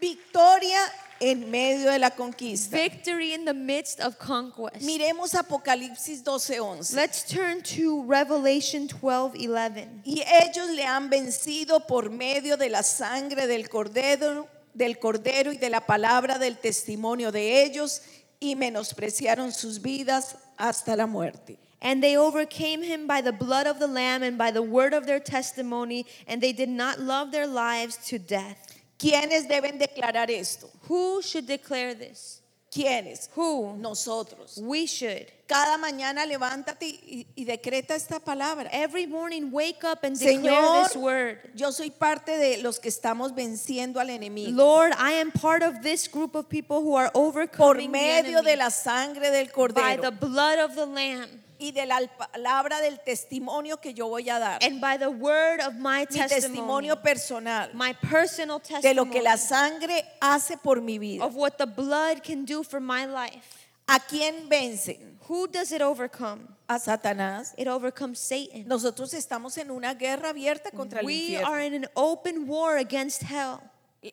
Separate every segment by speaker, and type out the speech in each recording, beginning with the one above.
Speaker 1: Victoria en medio de la conquista.
Speaker 2: victory in the midst of conquest.
Speaker 1: Miremos Apocalipsis 12:11.
Speaker 2: Let's turn to Revelation 12 11.
Speaker 1: Y ellos le han vencido por medio de la sangre del cordero, del cordero y de la palabra del testimonio de ellos y menospreciaron sus vidas hasta la muerte.
Speaker 2: And they overcame him by the blood of the Lamb and by the word of their testimony, and they did not love their lives to death.
Speaker 1: ¿Quiénes deben declarar esto?
Speaker 2: Who should declare this?
Speaker 1: ¿Quiénes?
Speaker 2: Who?
Speaker 1: Nosotros.
Speaker 2: We should.
Speaker 1: Cada mañana levántate y, y decreta esta palabra.
Speaker 2: Every morning, wake up and declare this
Speaker 1: Señor,
Speaker 2: word.
Speaker 1: yo soy parte de los que estamos venciendo al enemigo
Speaker 2: Lord, I am part of this group of people who are
Speaker 1: por
Speaker 2: overcoming the
Speaker 1: medio
Speaker 2: enemy
Speaker 1: de la sangre del
Speaker 2: by the
Speaker 1: cordero
Speaker 2: blood of the Lamb
Speaker 1: y de la palabra del testimonio que yo voy a dar.
Speaker 2: and by the word of my
Speaker 1: mi
Speaker 2: testimony,
Speaker 1: testimonio personal
Speaker 2: my personal
Speaker 1: de lo que
Speaker 2: testimony
Speaker 1: la sangre hace por mi vida.
Speaker 2: of what the blood can do for my life.
Speaker 1: ¿A quién vencen?
Speaker 2: Who does it overcome?
Speaker 1: A Satanás.
Speaker 2: It overcomes Satan.
Speaker 1: Nosotros estamos en una guerra abierta contra el
Speaker 2: We
Speaker 1: infierno.
Speaker 2: are in an open war against hell.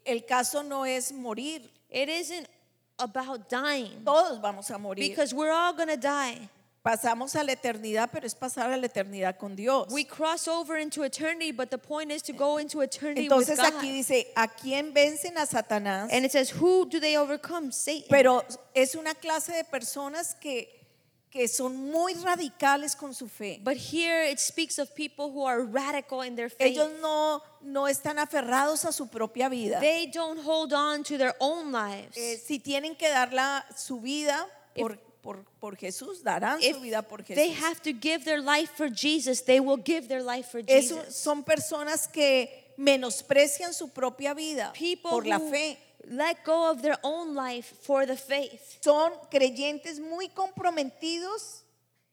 Speaker 1: El caso no es morir,
Speaker 2: It isn't about dying
Speaker 1: todos vamos a morir.
Speaker 2: because we're all going to die.
Speaker 1: Pasamos a la eternidad, pero es pasar a la eternidad con Dios.
Speaker 2: We cross over into eternity, but the point is to go into eternity with
Speaker 1: Entonces
Speaker 2: God.
Speaker 1: aquí dice, ¿a quién vencen a Satanás?
Speaker 2: And it says, Who do they overcome? Satan.
Speaker 1: Pero es una clase de personas que, que son muy radicales con su fe.
Speaker 2: but here it speaks of people who are radical in their faith.
Speaker 1: Ellos no, no están aferrados a su propia vida.
Speaker 2: They don't hold on to their own lives.
Speaker 1: Eh, si tienen que dar la, su vida
Speaker 2: If-
Speaker 1: por, por, por Jesús, darán
Speaker 2: If
Speaker 1: su vida por Jesús.
Speaker 2: they have to give their life for Jesus, they will give their life for
Speaker 1: Eso-
Speaker 2: Jesus.
Speaker 1: son personas que menosprecian su propia vida
Speaker 2: People
Speaker 1: por la
Speaker 2: who
Speaker 1: fe.
Speaker 2: let go of their own life for the faith.
Speaker 1: Son creyentes muy comprometidos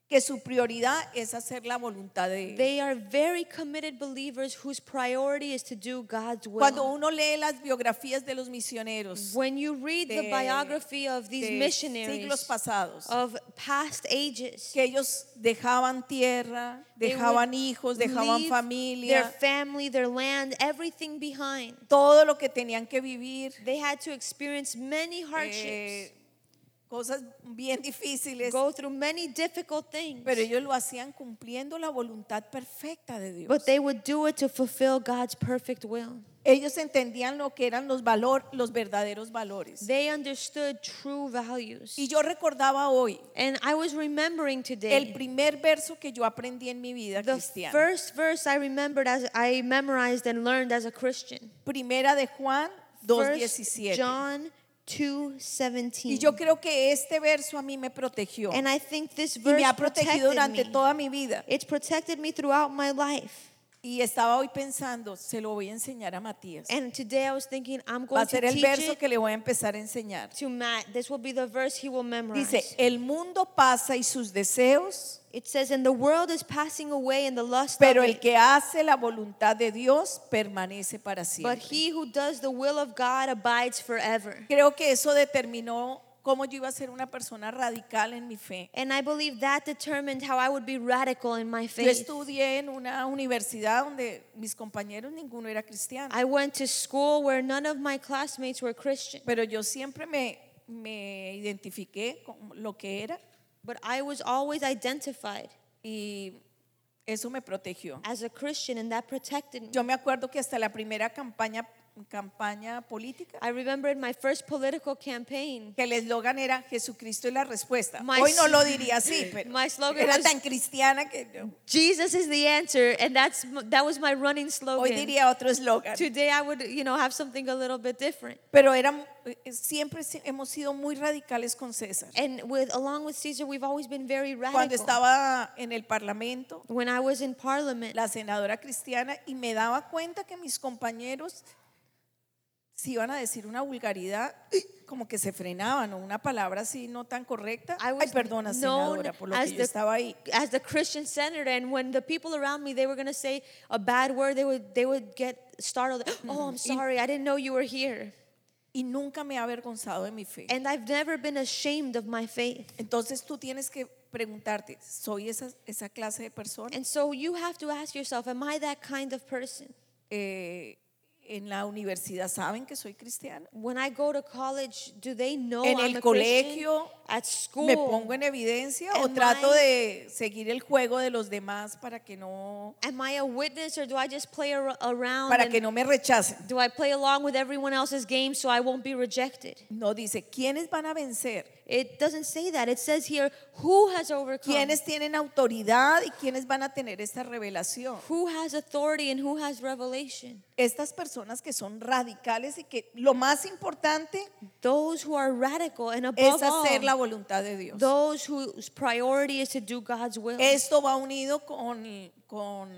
Speaker 1: que su prioridad es hacer la voluntad de Él.
Speaker 2: They are very committed believers whose priority is to do God's will.
Speaker 1: Cuando uno lee las biografías de los misioneros
Speaker 2: when you read the
Speaker 1: de-
Speaker 2: biography of these
Speaker 1: de siglos
Speaker 2: missionaries
Speaker 1: pasados,
Speaker 2: of past ages,
Speaker 1: que ellos dejaban tierra,
Speaker 2: They would
Speaker 1: dejaban hijos, dejaban
Speaker 2: leave
Speaker 1: familia,
Speaker 2: their family, their land, everything behind.
Speaker 1: todo lo que tenían que vivir.
Speaker 2: They had to experience many hardships,
Speaker 1: eh, cosas bien difíciles,
Speaker 2: go through many difficult things,
Speaker 1: Eh, pero ellos lo hacían cumpliendo la voluntad perfecta de Dios.
Speaker 2: but they would do it to fulfill God's perfect will.
Speaker 1: ellos entendían lo que eran los valor, los verdaderos valores.
Speaker 2: They understood true values.
Speaker 1: y yo recordaba hoy
Speaker 2: And I was remembering
Speaker 1: el
Speaker 2: today
Speaker 1: primer verso que yo aprendí en mi vida
Speaker 2: the
Speaker 1: cristiana.
Speaker 2: first verse I remembered as I memorized and learned as a Christian.
Speaker 1: Primera de Juan
Speaker 2: First
Speaker 1: 2:17.
Speaker 2: John 2:17.
Speaker 1: Y yo creo que este verso a mí me protegió
Speaker 2: and I think this
Speaker 1: y
Speaker 2: verse
Speaker 1: me ha
Speaker 2: protected
Speaker 1: protegido durante
Speaker 2: me.
Speaker 1: toda mi vida.
Speaker 2: It's protected me throughout my life.
Speaker 1: Y estaba hoy pensando, se lo voy a enseñar a Matías.
Speaker 2: And today I was thinking I'm
Speaker 1: Va
Speaker 2: going
Speaker 1: a
Speaker 2: to
Speaker 1: ser el
Speaker 2: teach
Speaker 1: verso
Speaker 2: it
Speaker 1: que le voy a empezar a enseñar.
Speaker 2: to Matt. This will be the verse he will memorize.
Speaker 1: Dice, "Eh, el mundo pasa y sus deseos,
Speaker 2: it says, "And the world is passing away, and the lust
Speaker 1: pero
Speaker 2: of
Speaker 1: el
Speaker 2: it,
Speaker 1: que hace la voluntad de Dios permanece para
Speaker 2: but
Speaker 1: siempre.
Speaker 2: he who does the will of God abides forever."
Speaker 1: Creo que eso determinó cómo yo iba a ser una persona radical en mi fe.
Speaker 2: And I believe that determined how I would be radical in my
Speaker 1: Yo
Speaker 2: faith.
Speaker 1: estudié en una universidad donde mis compañeros ninguno era cristiano,
Speaker 2: I went to school where none of my classmates were Christian,
Speaker 1: pero yo siempre me, me identifiqué con lo que era
Speaker 2: but I was always identified
Speaker 1: y eso me protegió.
Speaker 2: as a Christian, and that protected me.
Speaker 1: Yo me acuerdo que hasta la primera campaña, campaña política,
Speaker 2: I remember in my first political campaign,
Speaker 1: que el eslogan era Jesucristo es la respuesta.
Speaker 2: My
Speaker 1: Hoy no
Speaker 2: s-
Speaker 1: lo diría así, pero
Speaker 2: my slogan
Speaker 1: era
Speaker 2: was-
Speaker 1: tan cristiana que yo-
Speaker 2: Jesus is the answer, and that's m- that was my running
Speaker 1: hoy
Speaker 2: slogan.
Speaker 1: diría otro eslogan.
Speaker 2: Today I would, you know, have something a little bit different.
Speaker 1: Pero eran, siempre se- hemos sido muy radicales con César.
Speaker 2: And with along with Caesar, we've always been very
Speaker 1: Cuando
Speaker 2: radical.
Speaker 1: estaba en el Parlamento,
Speaker 2: When I was in parliament,
Speaker 1: la senadora cristiana, y me daba cuenta que mis compañeros, si iban a decir una vulgaridad, como que se frenaban, o una palabra así no tan correcta.
Speaker 2: I
Speaker 1: Ay,
Speaker 2: was
Speaker 1: perdona,
Speaker 2: known
Speaker 1: senadora, por lo
Speaker 2: as
Speaker 1: que yo
Speaker 2: the-
Speaker 1: estaba ahí.
Speaker 2: as the Christian senator, and when the people around me they were gonna say a bad word, they would they would get startled.
Speaker 1: Mm-hmm.
Speaker 2: Oh, I'm sorry, I didn't know you were here.
Speaker 1: Y nunca me ha avergonzado de mi fe.
Speaker 2: And I've never been ashamed of my faith.
Speaker 1: Entonces tú tienes que preguntarte, ¿soy esa, esa clase de persona?
Speaker 2: And so you have to ask yourself, am I that kind of person?
Speaker 1: Eh, en la universidad saben que soy cristiana.
Speaker 2: When I go to college, do they know
Speaker 1: En
Speaker 2: I'm
Speaker 1: el
Speaker 2: a Christian?
Speaker 1: colegio,
Speaker 2: At school,
Speaker 1: Me pongo en evidencia o
Speaker 2: Am
Speaker 1: trato
Speaker 2: I-
Speaker 1: de seguir el juego de los demás para que no
Speaker 2: am I a witness or do I just play ar- around?
Speaker 1: para
Speaker 2: and
Speaker 1: que no me rechacen.
Speaker 2: Do I play along with everyone else's game so I won't be rejected?
Speaker 1: No dice quiénes van a vencer,
Speaker 2: It doesn't say that. It says here, who has overcome?
Speaker 1: quiénes tienen autoridad y quiénes van a tener esta revelación.
Speaker 2: Who has authority and who has revelation?
Speaker 1: Estas personas que son radicales y que lo más importante
Speaker 2: Those who are radical and above
Speaker 1: es hacer la
Speaker 2: all,
Speaker 1: voluntad de Dios.
Speaker 2: those whose priority is to do God's will.
Speaker 1: Esto va unido con, con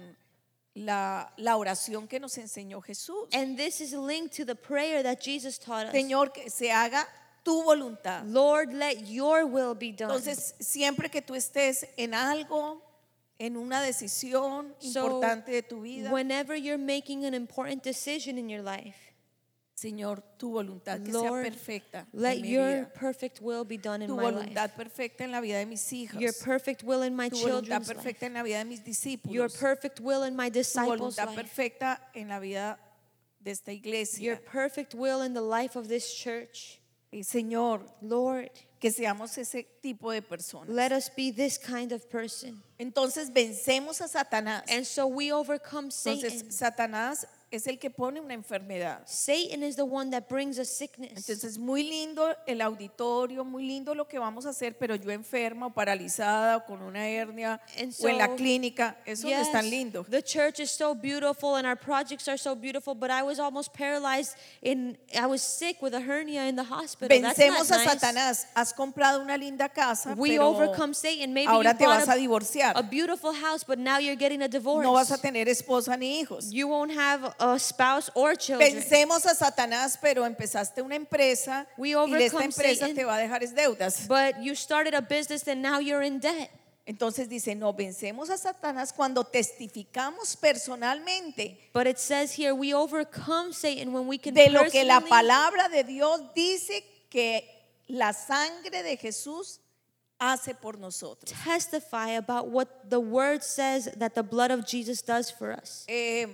Speaker 1: la, la oración que nos enseñó Jesús.
Speaker 2: And this is linked to the prayer that Jesus taught us.
Speaker 1: Señor, que se haga tu voluntad.
Speaker 2: Lord, let your will be done.
Speaker 1: Entonces, siempre que tú estés en algo, en una decisión
Speaker 2: So,
Speaker 1: importante de tu vida,
Speaker 2: whenever you're making an important decision in your life,
Speaker 1: Señor, tu voluntad que sea
Speaker 2: Lord,
Speaker 1: perfecta
Speaker 2: let
Speaker 1: en mi
Speaker 2: your
Speaker 1: vida.
Speaker 2: perfect will be done in
Speaker 1: Tu
Speaker 2: my life.
Speaker 1: voluntad perfecta en la vida de mis hijos.
Speaker 2: Your perfect will in my
Speaker 1: Tu voluntad
Speaker 2: children's life.
Speaker 1: perfecta en la vida de mis
Speaker 2: Your
Speaker 1: discípulos.
Speaker 2: perfect will in my
Speaker 1: Tu
Speaker 2: disciples'
Speaker 1: voluntad
Speaker 2: life.
Speaker 1: perfecta en la vida de esta
Speaker 2: Your
Speaker 1: iglesia.
Speaker 2: perfect will in the life of this church.
Speaker 1: Y Señor,
Speaker 2: Lord,
Speaker 1: que seamos ese tipo de personas.
Speaker 2: let us be this kind of person.
Speaker 1: Entonces vencemos a Satanás.
Speaker 2: And so we overcome Satan.
Speaker 1: Entonces Satanás es el que pone una enfermedad.
Speaker 2: Satan is the one that brings us sickness.
Speaker 1: Entonces, muy lindo el auditorio, muy lindo lo que vamos a hacer, pero yo enferma o paralizada o con una hernia
Speaker 2: And
Speaker 1: o en la
Speaker 2: so-
Speaker 1: clínica, eso no es tan
Speaker 2: Yes,
Speaker 1: lindo.
Speaker 2: The church is so beautiful and our projects are so beautiful, but I was almost paralyzed in I was sick with a hernia in the hospital. That's not
Speaker 1: Vencemos a
Speaker 2: nice.
Speaker 1: Satanás. Has comprado una linda casa,
Speaker 2: We
Speaker 1: pero
Speaker 2: overcome Satan. Maybe
Speaker 1: ahora
Speaker 2: you
Speaker 1: te
Speaker 2: bought
Speaker 1: vas a
Speaker 2: a, a
Speaker 1: divorciar.
Speaker 2: beautiful house, but now you're getting a divorce.
Speaker 1: No vas a tener esposa ni hijos.
Speaker 2: You won't have a spouse or children.
Speaker 1: Vencemos a Satanás, pero empezaste una empresa
Speaker 2: We
Speaker 1: y esta
Speaker 2: overcome
Speaker 1: empresa
Speaker 2: Satan.
Speaker 1: te va a dejar es deudas.
Speaker 2: But you started a business and now you're in debt.
Speaker 1: Entonces dice, no, vencemos a Satanás cuando testificamos personalmente
Speaker 2: But it says here we overcome Satan when we can
Speaker 1: de lo que la
Speaker 2: personally-
Speaker 1: palabra de Dios dice que la sangre de Jesús hace por nosotros.
Speaker 2: testify about what the word says that the blood of Jesus does for us.
Speaker 1: Eh,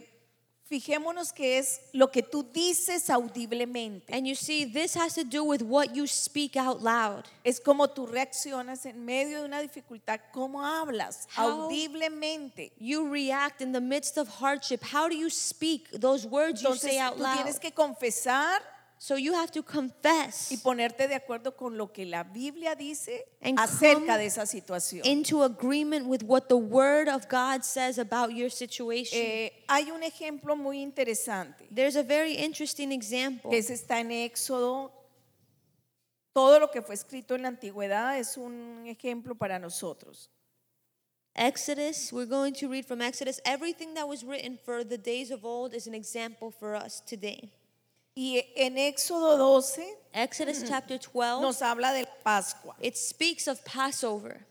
Speaker 1: fijémonos que es lo que tú dices audiblemente.
Speaker 2: And you see, this has to do with what you speak out loud.
Speaker 1: Es como tú reaccionas en medio de una dificultad, cómo hablas
Speaker 2: How-
Speaker 1: audiblemente.
Speaker 2: You react in the midst of hardship. How do you speak those words you
Speaker 1: Entonces
Speaker 2: say out
Speaker 1: tú
Speaker 2: loud?
Speaker 1: tienes que confesar
Speaker 2: So you have to confess
Speaker 1: y ponerte de acuerdo con lo que la Biblia dice
Speaker 2: And
Speaker 1: acerca
Speaker 2: come
Speaker 1: de esa situación.
Speaker 2: into agreement with what the word of God says about your situation.
Speaker 1: Eh, hay un ejemplo muy interesante.
Speaker 2: There's a very interesting example.
Speaker 1: que ese está en Éxodo. Todo lo que fue escrito en la antigüedad es un ejemplo para nosotros.
Speaker 2: Exodus, we're going to read from Exodus. Everything that was written for the days of old is an example for us today.
Speaker 1: Y en Éxodo 12
Speaker 2: Exodus chapter 12,
Speaker 1: nos habla de la Pascua.
Speaker 2: it speaks of Passover.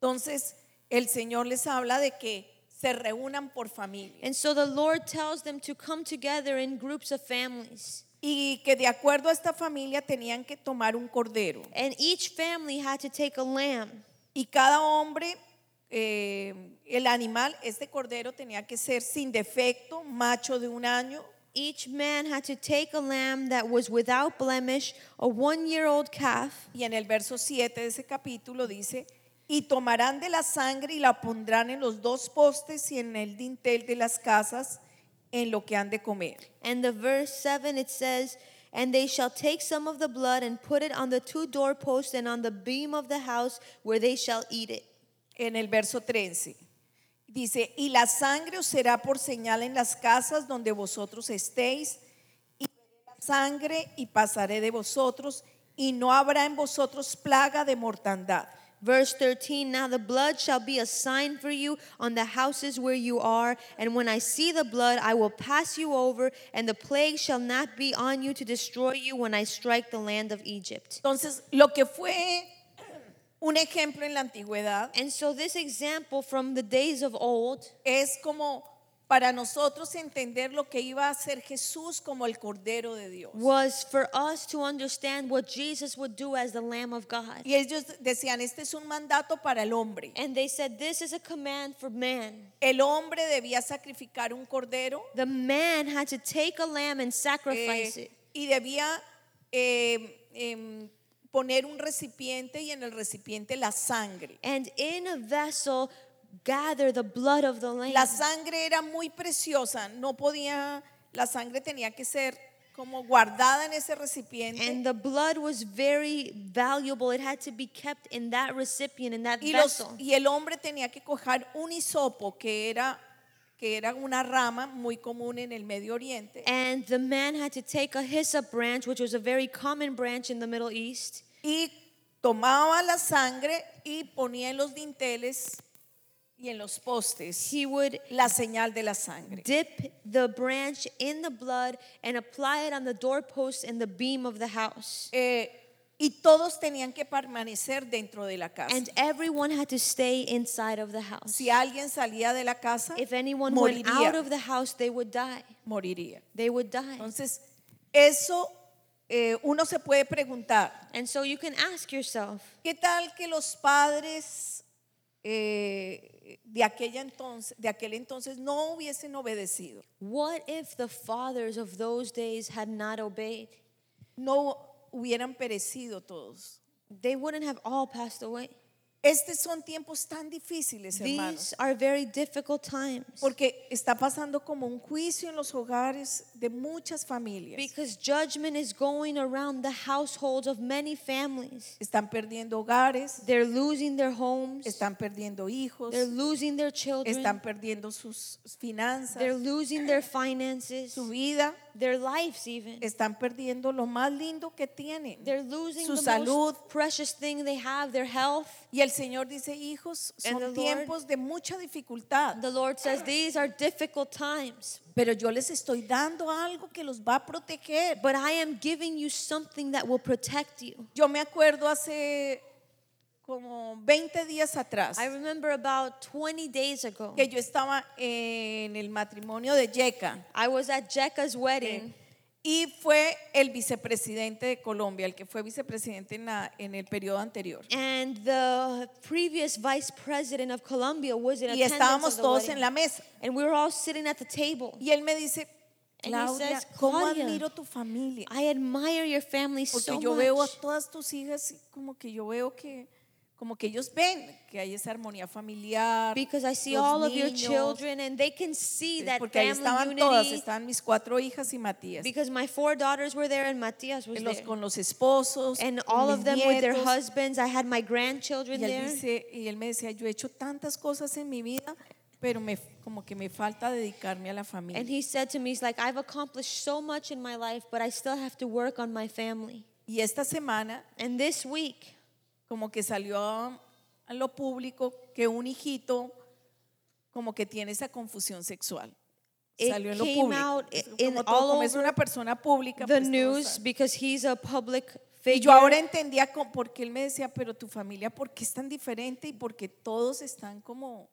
Speaker 1: Entonces el Señor les habla de que se reúnan por familia
Speaker 2: And so the Lord tells them to come together in groups of families.
Speaker 1: y que de acuerdo a esta familia tenían que tomar un cordero
Speaker 2: And each family had to take a lamb.
Speaker 1: y cada hombre, eh, el animal, este cordero tenía que ser sin defecto, macho de un año
Speaker 2: Each man had to take a lamb that was without blemish, a one year old calf.
Speaker 1: Y en el verso 7 de ese capítulo dice, y tomarán de la sangre y la pondrán en los dos postes y en el dintel de las casas en lo que han de comer.
Speaker 2: And the verse 7 it says, And they shall take some of the blood and put it on the two doorposts and on the beam of the house where they shall eat it.
Speaker 1: En el verso 13 dice, y la sangre os será por señal en las casas donde vosotros estéis, y veré la sangre y pasaré de vosotros, y no habrá en vosotros plaga de mortandad.
Speaker 2: Verse 13 Now the blood shall be a sign for you on the houses where you are, and when I see the blood, I will pass you over, and the plague shall not be on you to destroy you when I strike the land of Egypt.
Speaker 1: Entonces, lo que fue un ejemplo en la antigüedad
Speaker 2: And so, this example from the days of old
Speaker 1: es como para nosotros entender lo que iba a hacer Jesús como el Cordero de Dios.
Speaker 2: was for us to understand what Jesus would do as the Lamb of God.
Speaker 1: Y ellos decían, este es un mandato para el hombre.
Speaker 2: And they said, This is a command for man.
Speaker 1: El hombre debía sacrificar un cordero
Speaker 2: The man had to take a lamb and
Speaker 1: eh,
Speaker 2: sacrifice it.
Speaker 1: y debía eh, em, poner un recipiente y en el recipiente la sangre.
Speaker 2: And in a vessel, gather the blood of the lamb.
Speaker 1: La sangre era muy preciosa, no podía, la sangre tenía que ser como guardada en ese recipiente.
Speaker 2: And the blood was very valuable. It had to be kept in that recipient, in that
Speaker 1: Y, los,
Speaker 2: vessel.
Speaker 1: y el hombre tenía que coger un hisopo, que era, que era una rama muy común en el Medio Oriente,
Speaker 2: And the man had to take a hyssop branch, which was a very common branch in the Middle East.
Speaker 1: y tomaba la sangre y ponía en los dinteles y en los postes
Speaker 2: He would
Speaker 1: la señal de la sangre.
Speaker 2: dip the branch in the blood and apply it on the doorpost and the beam of the house.
Speaker 1: Eh, y todos tenían que permanecer dentro de la casa.
Speaker 2: And everyone had to stay inside of the house.
Speaker 1: si alguien salía de la casa,
Speaker 2: If anyone went
Speaker 1: moriría.
Speaker 2: out of the house, they would die.
Speaker 1: moriría.
Speaker 2: They would die.
Speaker 1: Entonces, eso eh, uno se puede preguntar,
Speaker 2: And so you can ask yourself,
Speaker 1: ¿qué tal que los padres eh, de, aquella entonces, de aquel entonces no hubiesen obedecido?
Speaker 2: what if the fathers of those days had not obeyed?
Speaker 1: No hubieran perecido todos.
Speaker 2: They wouldn't have all passed away.
Speaker 1: Estos son tiempos tan difíciles, hermanos.
Speaker 2: These are very difficult times
Speaker 1: Porque está pasando como un juicio en los hogares de muchas familias.
Speaker 2: because judgment is going around the households of many families.
Speaker 1: Están perdiendo hogares,
Speaker 2: They're losing their homes,
Speaker 1: están perdiendo hijos,
Speaker 2: they're losing their children,
Speaker 1: están perdiendo sus finanzas,
Speaker 2: they're losing their finances,
Speaker 1: su vida.
Speaker 2: their lives, even.
Speaker 1: están perdiendo lo más lindo que tienen.
Speaker 2: They're losing
Speaker 1: su
Speaker 2: the
Speaker 1: salud.
Speaker 2: most precious thing they have, their health.
Speaker 1: Y el Señor dice, hijos,
Speaker 2: And the
Speaker 1: son
Speaker 2: Lord-
Speaker 1: tiempos de mucha dificultad,
Speaker 2: The Lord says these are difficult times,
Speaker 1: pero yo les estoy dando algo que los va a proteger.
Speaker 2: but I am giving you something that will protect you.
Speaker 1: Yo me acuerdo hace como 20 días atrás
Speaker 2: I remember about 20 days ago,
Speaker 1: que yo estaba en el matrimonio de Yeka
Speaker 2: I was at Jekka's wedding,
Speaker 1: y fue el vicepresidente de Colombia, el que fue vicepresidente en, la- en el periodo anterior.
Speaker 2: and the previous vice president of Colombia was in
Speaker 1: Y
Speaker 2: attendance of
Speaker 1: estábamos
Speaker 2: the
Speaker 1: todos en
Speaker 2: wedding,
Speaker 1: la mesa.
Speaker 2: and we were all sitting at the table.
Speaker 1: Y él me dice,
Speaker 2: And he
Speaker 1: Claudia,
Speaker 2: says,
Speaker 1: ¿cómo
Speaker 2: "Claudia,
Speaker 1: admiro tu familia?
Speaker 2: I admire your family
Speaker 1: Porque
Speaker 2: so
Speaker 1: yo veo a
Speaker 2: much
Speaker 1: todas tus hijas y como que yo veo que como que ellos ven que hay esa armonía familiar.
Speaker 2: because I see
Speaker 1: los
Speaker 2: all of your
Speaker 1: niños".
Speaker 2: children, and they can see that
Speaker 1: porque ahí
Speaker 2: family
Speaker 1: estaban
Speaker 2: unity.
Speaker 1: todas, estaban mis cuatro hijas y Matías.
Speaker 2: because my four daughters were there and Matias was
Speaker 1: en los-
Speaker 2: there.
Speaker 1: con los esposos,
Speaker 2: and
Speaker 1: con
Speaker 2: all
Speaker 1: mis
Speaker 2: of them with their
Speaker 1: nietos.
Speaker 2: husbands. I had my
Speaker 1: y
Speaker 2: grandchildren
Speaker 1: él,
Speaker 2: there.
Speaker 1: dice, y él me decía, yo he hecho tantas cosas en mi vida, pero me, como que me falta dedicarme a la familia.
Speaker 2: And he said to me, he's like, I've accomplished so much in my life, but I still have to work on my family.
Speaker 1: y esta semana
Speaker 2: And this week,
Speaker 1: como que salió a, a lo público que un hijito como que tiene esa confusión sexual.
Speaker 2: It
Speaker 1: salió en lo
Speaker 2: came
Speaker 1: público.
Speaker 2: out
Speaker 1: Es
Speaker 2: in
Speaker 1: como, todo-
Speaker 2: all
Speaker 1: como es
Speaker 2: over
Speaker 1: una persona pública.
Speaker 2: the
Speaker 1: pues, todo
Speaker 2: news,
Speaker 1: sale.
Speaker 2: because he's a public
Speaker 1: y yo ahora
Speaker 2: figure.
Speaker 1: entendía con- por qué él me decía, pero tu familia, ¿por qué es tan diferente? Y porque todos están como,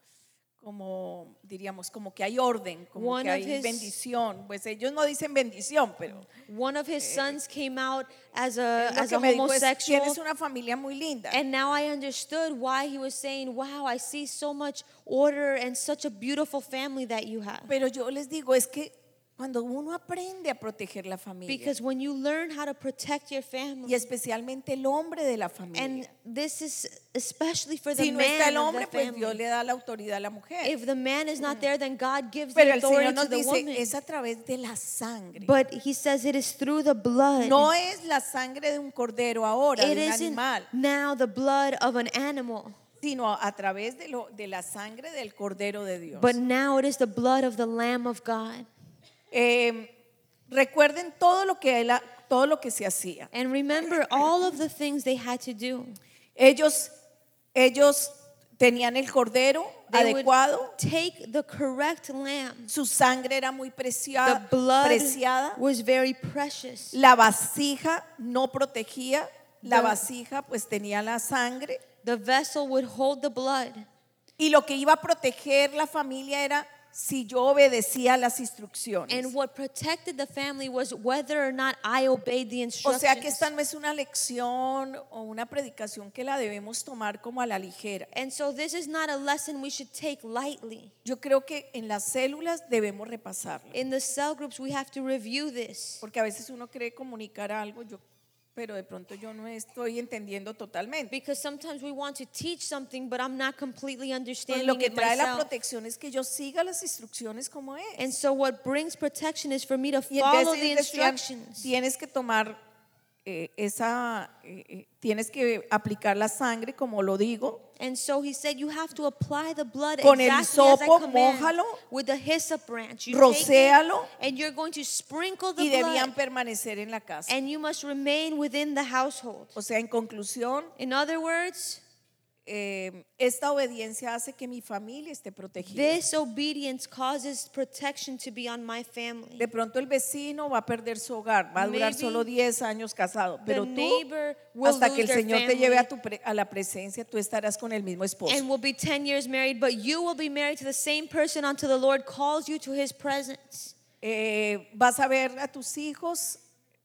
Speaker 1: como diríamos, como que hay orden, como
Speaker 2: One
Speaker 1: que
Speaker 2: of
Speaker 1: hay
Speaker 2: his-
Speaker 1: bendición. Pues ellos no dicen bendición, pero
Speaker 2: One of his sons came out as a,
Speaker 1: Eh, es lo
Speaker 2: Uh, as
Speaker 1: que
Speaker 2: a
Speaker 1: me dijo es,
Speaker 2: homosexual.
Speaker 1: tienes una familia muy linda.
Speaker 2: And now I understood why he was saying, Wow, I see so much order and such a beautiful family that you have.
Speaker 1: Pero yo les digo, es que cuando uno aprende a proteger la familia,
Speaker 2: Because when you learn how to protect your family,
Speaker 1: y especialmente el hombre de la
Speaker 2: And
Speaker 1: familia, pues
Speaker 2: this is especially for the
Speaker 1: si no
Speaker 2: man
Speaker 1: está el
Speaker 2: of the
Speaker 1: hombre, pues Dios
Speaker 2: family.
Speaker 1: le da la autoridad a la mujer.
Speaker 2: If the man is not there, then God gives
Speaker 1: Pero
Speaker 2: the
Speaker 1: el Señor
Speaker 2: authority
Speaker 1: nos
Speaker 2: to the woman.
Speaker 1: dice, es a través de la sangre.
Speaker 2: But he says it is through the blood.
Speaker 1: No es la sangre de un cordero ahora,
Speaker 2: it
Speaker 1: de un
Speaker 2: isn't
Speaker 1: animal,
Speaker 2: now the blood of an animal,
Speaker 1: sino a través de, lo, de la sangre del cordero de Dios.
Speaker 2: but now it is the blood of the Lamb of God.
Speaker 1: Eh, recuerden todo lo que él ha- todo lo que se hacía.
Speaker 2: And remember all of the things they had to do.
Speaker 1: Ellos, ellos tenían el cordero
Speaker 2: They
Speaker 1: adecuado.
Speaker 2: would take the correct lamb.
Speaker 1: Su sangre era muy
Speaker 2: The
Speaker 1: preciada,
Speaker 2: blood
Speaker 1: preciada.
Speaker 2: was very precious.
Speaker 1: La vasija no protegía, la
Speaker 2: The-
Speaker 1: vasija pues tenía la sangre
Speaker 2: The vessel would hold the blood.
Speaker 1: y lo que iba a proteger la familia era si yo obedecía las instrucciones.
Speaker 2: And what protected the family was whether or not I obeyed the
Speaker 1: O
Speaker 2: instructions.
Speaker 1: sea que esta no es una lección o una predicación que la debemos tomar como a la ligera.
Speaker 2: and so this is not a lesson we should take lightly.
Speaker 1: Yo creo que en las células debemos repasarlo,
Speaker 2: In the cell groups, we have to review this
Speaker 1: porque a veces uno cree comunicar algo, yo, pero de pronto yo no estoy entendiendo totalmente.
Speaker 2: because sometimes we want to teach something, but I'm not completely
Speaker 1: Pues
Speaker 2: understanding
Speaker 1: lo que
Speaker 2: it
Speaker 1: trae la
Speaker 2: myself.
Speaker 1: protección es que yo siga las instrucciones como es.
Speaker 2: and so, what brings protection is for me to
Speaker 1: Y
Speaker 2: follow
Speaker 1: entonces
Speaker 2: the
Speaker 1: ellos decían,
Speaker 2: instructions.
Speaker 1: tienes que tomar eh, esa, eh, eh, tienes que aplicar la sangre, como lo digo,
Speaker 2: And so he said, you have to apply the blood
Speaker 1: Con el
Speaker 2: exactly as I
Speaker 1: hisopo,
Speaker 2: command,
Speaker 1: mójalo,
Speaker 2: with the hyssop branch. You take it,
Speaker 1: rocéalo
Speaker 2: and you're going to sprinkle the
Speaker 1: y
Speaker 2: blood,
Speaker 1: debían permanecer en la casa.
Speaker 2: and you must remain within the household.
Speaker 1: O sea, en conclusión,
Speaker 2: In other words,
Speaker 1: eh, esta obediencia hace que mi familia esté protegida.
Speaker 2: this obedience causes protection to be on my family.
Speaker 1: De pronto el vecino va a perder su hogar, va a durar
Speaker 2: Maybe
Speaker 1: solo 10 años casado, pero
Speaker 2: the
Speaker 1: tú
Speaker 2: neighbor will
Speaker 1: hasta que el
Speaker 2: lose their
Speaker 1: Señor te lleve
Speaker 2: family.
Speaker 1: a, tu pre- a la presencia, tú estarás con el mismo esposo.
Speaker 2: And will be 10 years married, but you will be married to the same person until the Lord calls you to his presence.
Speaker 1: Eh, vas a ver a tus hijos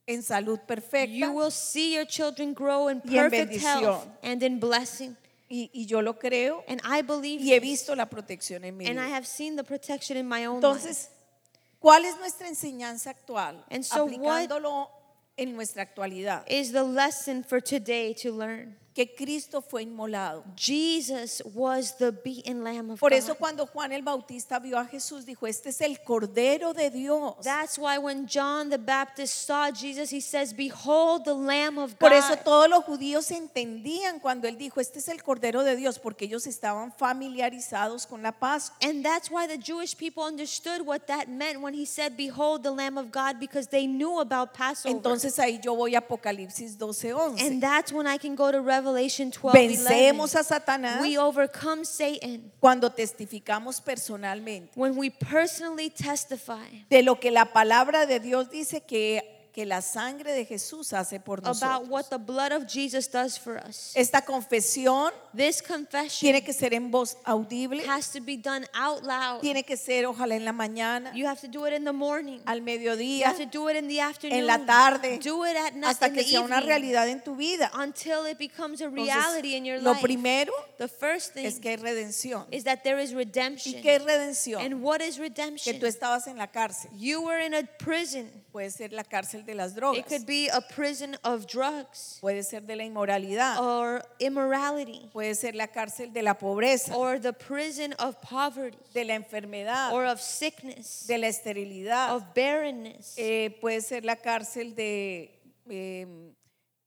Speaker 1: en salud perfecta
Speaker 2: You will see your children grow in
Speaker 1: Y en
Speaker 2: perfect health
Speaker 1: bendición.
Speaker 2: and in blessing.
Speaker 1: y, y yo lo creo
Speaker 2: And I believe
Speaker 1: y he
Speaker 2: this.
Speaker 1: visto la protección en mi
Speaker 2: And I
Speaker 1: vida.
Speaker 2: have seen the protection in my own life.
Speaker 1: Entonces, ¿cuál es nuestra enseñanza actual?
Speaker 2: And so what-
Speaker 1: Aplicándolo en nuestra actualidad,
Speaker 2: Is the lesson for today to learn.
Speaker 1: que Cristo fue inmolado.
Speaker 2: Jesus was the beaten lamb of
Speaker 1: Por
Speaker 2: God.
Speaker 1: eso cuando Juan el Bautista vio a Jesús, dijo, este es el Cordero de Dios.
Speaker 2: That's why when John the Baptist saw Jesus, he says, Behold the Lamb of God.
Speaker 1: Por eso todos los judíos entendían cuando él dijo, este es el Cordero de Dios, porque ellos estaban familiarizados con la Pascua.
Speaker 2: and that's why the Jewish people understood what that meant when he said, Behold the Lamb of God, because they knew about Passover.
Speaker 1: Entonces ahí yo voy a Apocalipsis 12:11.
Speaker 2: and that's when I can go to Revelation 12. 11.
Speaker 1: Vencemos a Satanás
Speaker 2: We overcome Satan
Speaker 1: cuando testificamos personalmente
Speaker 2: when we personally testify.
Speaker 1: de lo que la palabra de Dios dice que, que la sangre de Jesús hace por
Speaker 2: about
Speaker 1: nosotros.
Speaker 2: what the blood of Jesus does for us.
Speaker 1: Esta confesión
Speaker 2: This confession
Speaker 1: tiene que ser en voz audible,
Speaker 2: has to be done out loud.
Speaker 1: tiene que ser ojalá en la mañana,
Speaker 2: You have to do it in the morning.
Speaker 1: al
Speaker 2: You
Speaker 1: mediodía,
Speaker 2: have to do it in the afternoon.
Speaker 1: en la tarde,
Speaker 2: do it at night
Speaker 1: hasta
Speaker 2: in
Speaker 1: que
Speaker 2: the
Speaker 1: sea una
Speaker 2: evening,
Speaker 1: realidad en tu vida.
Speaker 2: until it becomes a
Speaker 1: Entonces,
Speaker 2: reality in your
Speaker 1: lo
Speaker 2: life.
Speaker 1: primero
Speaker 2: the first thing
Speaker 1: es que hay redención.
Speaker 2: is that there is
Speaker 1: ¿Y
Speaker 2: redemption.
Speaker 1: qué es redención?
Speaker 2: And what is
Speaker 1: Que
Speaker 2: redemption?
Speaker 1: tú estabas en la cárcel.
Speaker 2: You were in a prison.
Speaker 1: Puede ser la cárcel de las drogas,
Speaker 2: It could be a prison of drugs
Speaker 1: puede ser de la inmoralidad,
Speaker 2: or immorality
Speaker 1: Ah. puede ser la cárcel de la pobreza,
Speaker 2: or the prison of poverty
Speaker 1: de la enfermedad,
Speaker 2: or of
Speaker 1: Ah.
Speaker 2: sickness,
Speaker 1: de ah. la esterilidad,
Speaker 2: of barrenness.
Speaker 1: eh, puede ser la cárcel de, eh,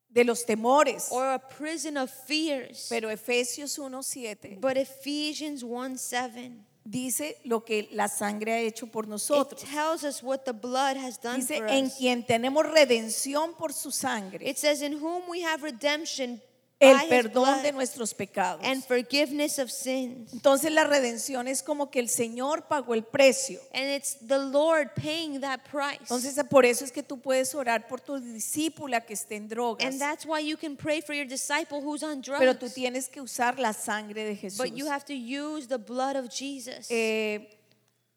Speaker 1: de los temores.
Speaker 2: or a prison of fears.
Speaker 1: Pero Efesios 1.7
Speaker 2: but Ephesians 1 7,
Speaker 1: dice lo que la sangre ha hecho por
Speaker 2: it
Speaker 1: nosotros.
Speaker 2: tells us what the blood has done
Speaker 1: Dice,
Speaker 2: for
Speaker 1: en
Speaker 2: us.
Speaker 1: quien tenemos redención por su sangre,
Speaker 2: It says, In whom we have redemption by
Speaker 1: el
Speaker 2: his
Speaker 1: perdón
Speaker 2: blood
Speaker 1: de nuestros pecados.
Speaker 2: and forgiveness of sins.
Speaker 1: Entonces la redención es como que el Señor pagó el precio.
Speaker 2: And it's the Lord paying that price.
Speaker 1: Entonces por eso es que tú puedes orar por tu discípula que esté en drogas,
Speaker 2: and that's why you can pray for your disciple who's on drugs.
Speaker 1: pero tú tienes que usar la sangre de Jesús.
Speaker 2: but you have to use the blood of Jesus.
Speaker 1: Eh,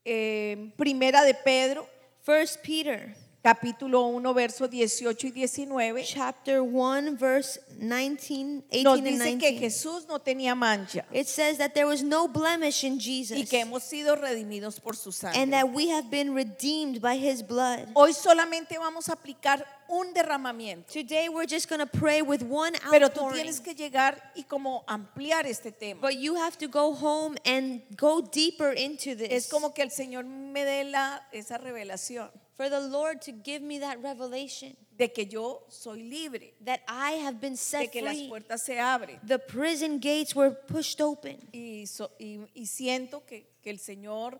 Speaker 1: eh, primera de Pedro,
Speaker 2: First Peter
Speaker 1: capítulo 1, versos 18 y 19,
Speaker 2: chapter 1 verse 19 18
Speaker 1: nos
Speaker 2: and
Speaker 1: dice
Speaker 2: 19.
Speaker 1: que Jesús no tenía mancha
Speaker 2: It says that there was no blemish in Jesus.
Speaker 1: y que hemos sido redimidos por su
Speaker 2: and
Speaker 1: sangre.
Speaker 2: that we have been redeemed by his blood.
Speaker 1: Hoy solamente vamos a aplicar un derramamiento,
Speaker 2: Today we're just going to pray with one
Speaker 1: pero tú
Speaker 2: outpouring.
Speaker 1: tienes que llegar y como ampliar este tema.
Speaker 2: But you have to go home and go deeper into
Speaker 1: Es
Speaker 2: this
Speaker 1: como que el Señor me dé la, esa revelación
Speaker 2: for the Lord to give me that revelation
Speaker 1: de que yo soy libre,
Speaker 2: that I have been
Speaker 1: de
Speaker 2: set
Speaker 1: que las
Speaker 2: free.
Speaker 1: puertas se abren
Speaker 2: The prison gates were pushed open
Speaker 1: y, so- y- y siento que, que el Señor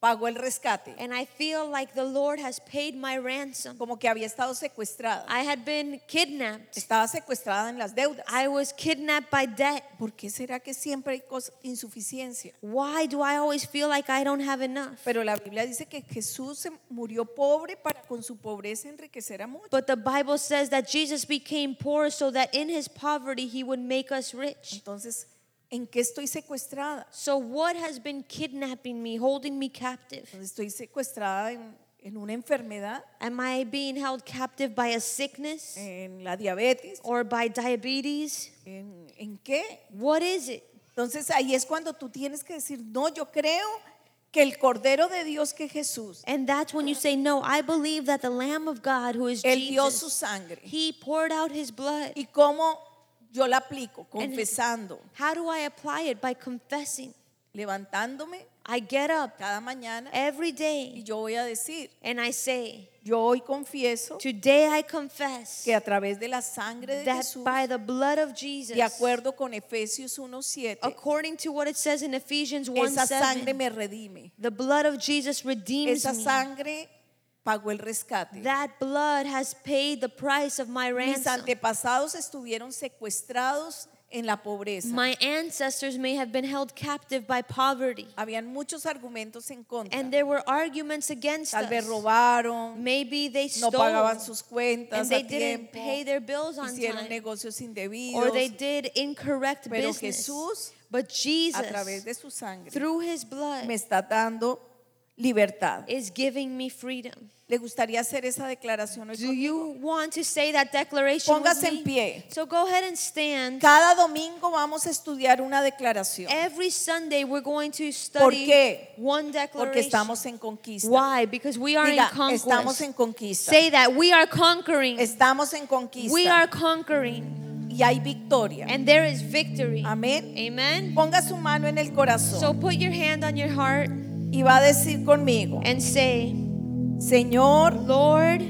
Speaker 1: pagó el rescate,
Speaker 2: and I feel like the Lord has paid my ransom.
Speaker 1: como que había estado secuestrada,
Speaker 2: I had been kidnapped.
Speaker 1: estaba secuestrada en las deudas.
Speaker 2: I was kidnapped by debt.
Speaker 1: ¿Por qué será que siempre hay cos- insuficiencia?
Speaker 2: Why do I always feel like I don't have enough?
Speaker 1: Pero la Biblia dice que Jesús se murió pobre para con su pobreza enriquecer a muchos.
Speaker 2: But the Bible says that Jesus became poor so that in his poverty he would make us rich.
Speaker 1: Entonces, ¿En qué estoy secuestrada?
Speaker 2: So, what has been kidnapping me, holding me captive?
Speaker 1: Estoy secuestrada en, en una enfermedad,
Speaker 2: Am I being held captive by a sickness
Speaker 1: en la diabetes,
Speaker 2: or by diabetes?
Speaker 1: ¿en, en qué?
Speaker 2: What is it?
Speaker 1: Entonces ahí es cuando tú tienes que decir, no, yo creo que el Cordero de Dios que es Jesús,
Speaker 2: And that's when you say, No, I believe that the Lamb of God, who is
Speaker 1: Él dio su
Speaker 2: Jesus,
Speaker 1: sangre.
Speaker 2: He poured out His blood.
Speaker 1: ¿Y cómo yo la aplico? Confesando,
Speaker 2: How do I apply it? By confessing.
Speaker 1: levantándome
Speaker 2: I get up
Speaker 1: cada mañana
Speaker 2: every
Speaker 1: y
Speaker 2: day
Speaker 1: yo voy a decir,
Speaker 2: and I say,
Speaker 1: yo hoy confieso
Speaker 2: Today I confess
Speaker 1: que a través de la sangre de
Speaker 2: that
Speaker 1: Jesús,
Speaker 2: by the blood of
Speaker 1: de
Speaker 2: Jesus,
Speaker 1: acuerdo con Efesios 1.7,
Speaker 2: according to what it says in Ephesians 1
Speaker 1: esa sangre
Speaker 2: 7,
Speaker 1: me redime.
Speaker 2: the blood of Jesus redeems
Speaker 1: Esa
Speaker 2: me.
Speaker 1: sangre pagó el rescate.
Speaker 2: That blood has paid the price of my
Speaker 1: Mis
Speaker 2: ransom.
Speaker 1: antepasados estuvieron secuestrados en la pobreza.
Speaker 2: My ancestors may have been held captive by poverty.
Speaker 1: Habían muchos argumentos en contra.
Speaker 2: And there were arguments against
Speaker 1: Tal vez
Speaker 2: us.
Speaker 1: robaron,
Speaker 2: Maybe they
Speaker 1: no
Speaker 2: stole
Speaker 1: pagaban sus
Speaker 2: and
Speaker 1: cuentas
Speaker 2: they
Speaker 1: a
Speaker 2: didn't
Speaker 1: tiempo,
Speaker 2: pay their bills on
Speaker 1: hicieron
Speaker 2: time.
Speaker 1: negocios indebidos.
Speaker 2: Or they did incorrect
Speaker 1: Pero
Speaker 2: business.
Speaker 1: Jesús,
Speaker 2: But
Speaker 1: a través
Speaker 2: Jesus,
Speaker 1: de su sangre,
Speaker 2: through his blood,
Speaker 1: me está dando libertad.
Speaker 2: is giving me freedom.
Speaker 1: ¿Le gustaría hacer esa declaración hoy
Speaker 2: Do
Speaker 1: conmigo?
Speaker 2: you want to say that declaration with
Speaker 1: Póngase en
Speaker 2: me?
Speaker 1: pie.
Speaker 2: So go ahead and stand.
Speaker 1: Cada domingo vamos a estudiar una declaración
Speaker 2: Every Sunday we're going to study
Speaker 1: qué?
Speaker 2: one
Speaker 1: porque
Speaker 2: declaration.
Speaker 1: estamos en conquista.
Speaker 2: Why? Because we are
Speaker 1: Diga,
Speaker 2: in conquest.
Speaker 1: estamos en conquista.
Speaker 2: Say that we are conquering.
Speaker 1: Estamos en
Speaker 2: We are
Speaker 1: conquista
Speaker 2: conquering.
Speaker 1: y hay victoria.
Speaker 2: And there is victory.
Speaker 1: Amén.
Speaker 2: Amen.
Speaker 1: Ponga su mano en el
Speaker 2: So
Speaker 1: corazón
Speaker 2: put your hand on your heart
Speaker 1: y va a decir conmigo,
Speaker 2: and say,
Speaker 1: Señor,
Speaker 2: Lord,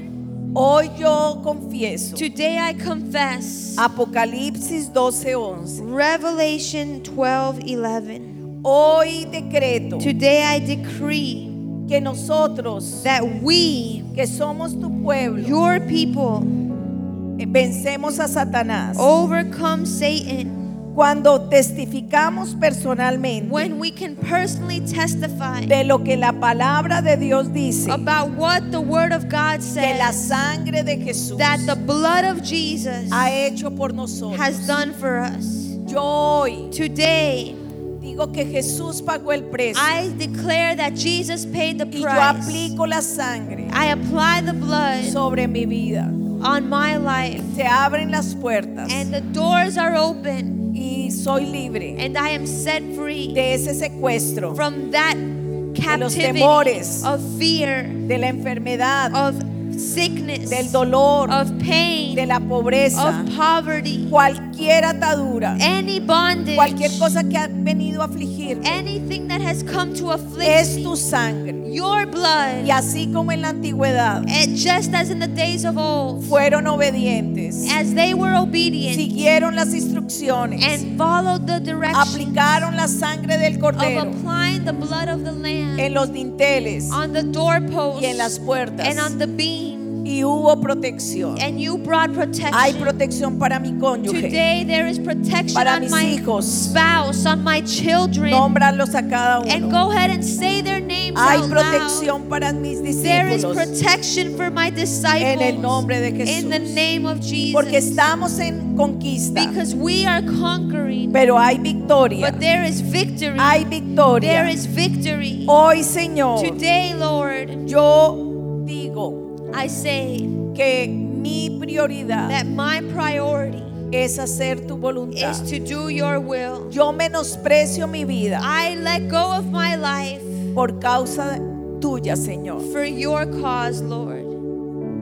Speaker 1: hoy yo confieso.
Speaker 2: today I confess.
Speaker 1: Apocalipsis 12:11.
Speaker 2: Revelation 12 11.
Speaker 1: Hoy decreto
Speaker 2: Today I decree
Speaker 1: que nosotros,
Speaker 2: that we,
Speaker 1: que somos tu pueblo,
Speaker 2: your people,
Speaker 1: eh, vencemos a Satanás.
Speaker 2: Oh. overcome Satan
Speaker 1: Cuando testificamos personalmente
Speaker 2: when we can personally testify
Speaker 1: de lo que la palabra de Dios dice,
Speaker 2: about what the Word of God
Speaker 1: que la
Speaker 2: says
Speaker 1: sangre de Jesús
Speaker 2: that the blood of Jesus
Speaker 1: ha hecho por nosotros.
Speaker 2: has done for us.
Speaker 1: Yo hoy
Speaker 2: Today,
Speaker 1: digo que Jesús pagó el precio
Speaker 2: I declare that Jesus paid the
Speaker 1: y yo
Speaker 2: price.
Speaker 1: aplico la sangre
Speaker 2: I apply the blood
Speaker 1: sobre mi vida.
Speaker 2: on my life,
Speaker 1: Se abren las puertas
Speaker 2: and the doors are open,
Speaker 1: y soy libre.
Speaker 2: and I am set free
Speaker 1: de ese secuestro,
Speaker 2: from that
Speaker 1: los
Speaker 2: captivity
Speaker 1: temores,
Speaker 2: of fear,
Speaker 1: de la enfermedad,
Speaker 2: of sickness,
Speaker 1: del dolor,
Speaker 2: of
Speaker 1: de
Speaker 2: pain,
Speaker 1: la pobreza,
Speaker 2: of poverty,
Speaker 1: cualquier atadura,
Speaker 2: any
Speaker 1: cualquier
Speaker 2: bondage,
Speaker 1: cosa que ha venido a afligir,
Speaker 2: anything that has come to afflict
Speaker 1: es
Speaker 2: me.
Speaker 1: tu sangre.
Speaker 2: Your
Speaker 1: Y
Speaker 2: blood,
Speaker 1: así como en la antigüedad
Speaker 2: and just as in the days of old,
Speaker 1: fueron obedientes,
Speaker 2: as they were obedient
Speaker 1: siguieron las instrucciones,
Speaker 2: and followed the direction
Speaker 1: aplicaron la sangre del cordero
Speaker 2: of applying the blood of the Lamb
Speaker 1: en los dinteles
Speaker 2: on the doorpost
Speaker 1: y en las puertas
Speaker 2: and on the beam,
Speaker 1: y hubo protección.
Speaker 2: and you brought
Speaker 1: Hay
Speaker 2: protection.
Speaker 1: protección para mi cónyuge,
Speaker 2: Today there is protection
Speaker 1: para
Speaker 2: on
Speaker 1: mis
Speaker 2: my
Speaker 1: hijos.
Speaker 2: spouse, on my children,
Speaker 1: Nómbralos a cada
Speaker 2: and
Speaker 1: uno.
Speaker 2: go ahead and say their names
Speaker 1: Hay
Speaker 2: out loud.
Speaker 1: protección para mis
Speaker 2: There is
Speaker 1: discípulos
Speaker 2: protection for my disciples
Speaker 1: en el nombre de
Speaker 2: in the
Speaker 1: Jesús.
Speaker 2: name of Jesus.
Speaker 1: Porque estamos en conquista,
Speaker 2: Because we are conquering,
Speaker 1: pero hay victoria.
Speaker 2: but there is victory.
Speaker 1: Hay Oh.
Speaker 2: There
Speaker 1: victoria.
Speaker 2: is victory.
Speaker 1: Hoy, Señor,
Speaker 2: Today, Lord,
Speaker 1: yo digo
Speaker 2: I say
Speaker 1: que mi prioridad
Speaker 2: that my priority
Speaker 1: es hacer tu voluntad.
Speaker 2: is to do your will.
Speaker 1: Yo menosprecio mi vida
Speaker 2: I let go of my life
Speaker 1: por causa tuya, Señor.
Speaker 2: for your cause, Lord.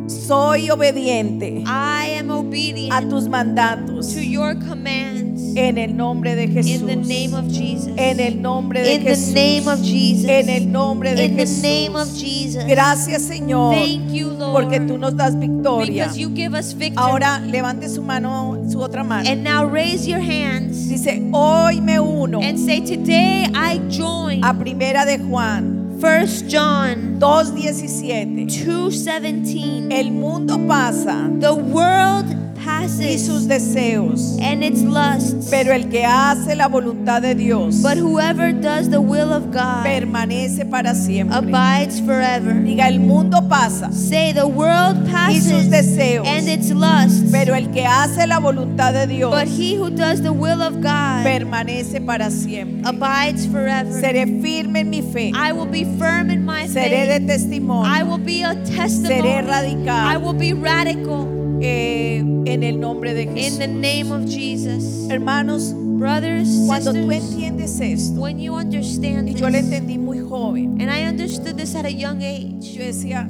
Speaker 1: Soy obediente
Speaker 2: I am
Speaker 1: a
Speaker 2: obedient
Speaker 1: tus mandatos
Speaker 2: to your commands
Speaker 1: en el nombre de
Speaker 2: in the name
Speaker 1: Jesús.
Speaker 2: of Jesus.
Speaker 1: En el nombre de
Speaker 2: In the
Speaker 1: Jesús.
Speaker 2: name of Jesus.
Speaker 1: En el nombre de
Speaker 2: In the
Speaker 1: Jesús.
Speaker 2: name of Jesus.
Speaker 1: Gracias, Señor,
Speaker 2: Thank you, Lord,
Speaker 1: porque tú nos das victoria.
Speaker 2: because you give us victory.
Speaker 1: Ahora levante su mano, su otra mano.
Speaker 2: and now raise your hands
Speaker 1: Dice, hoy me uno
Speaker 2: and say, Today I join
Speaker 1: a Primera de Juan
Speaker 2: 1 John
Speaker 1: 2.17.
Speaker 2: 2:17.
Speaker 1: Eh, El mundo pasa,
Speaker 2: The world
Speaker 1: y
Speaker 2: passes
Speaker 1: sus deseos.
Speaker 2: and its lusts.
Speaker 1: Pero el que hace la voluntad de Dios
Speaker 2: But whoever does the will of God
Speaker 1: permanece para siempre.
Speaker 2: abides forever.
Speaker 1: Diga, el mundo pasa,
Speaker 2: Say the world passes
Speaker 1: deseos.
Speaker 2: and its lusts.
Speaker 1: pero el que hace la voluntad de Dios
Speaker 2: But he who does the will of God
Speaker 1: permanece para siempre.
Speaker 2: abides forever.
Speaker 1: Seré firme en mi fe,
Speaker 2: I will be firm in my
Speaker 1: seré
Speaker 2: faith.
Speaker 1: de testimonio.
Speaker 2: I will be a
Speaker 1: Seré
Speaker 2: testimony.
Speaker 1: radical.
Speaker 2: I will be radical
Speaker 1: eh, en el nombre de
Speaker 2: in
Speaker 1: Jesús.
Speaker 2: the name of Jesus.
Speaker 1: Hermanos,
Speaker 2: Brothers,
Speaker 1: cuando tú
Speaker 2: sisters,
Speaker 1: entiendes esto,
Speaker 2: when you understand
Speaker 1: y yo lo
Speaker 2: this,
Speaker 1: entendí muy joven,
Speaker 2: and I understood this at a young age,
Speaker 1: yo decía,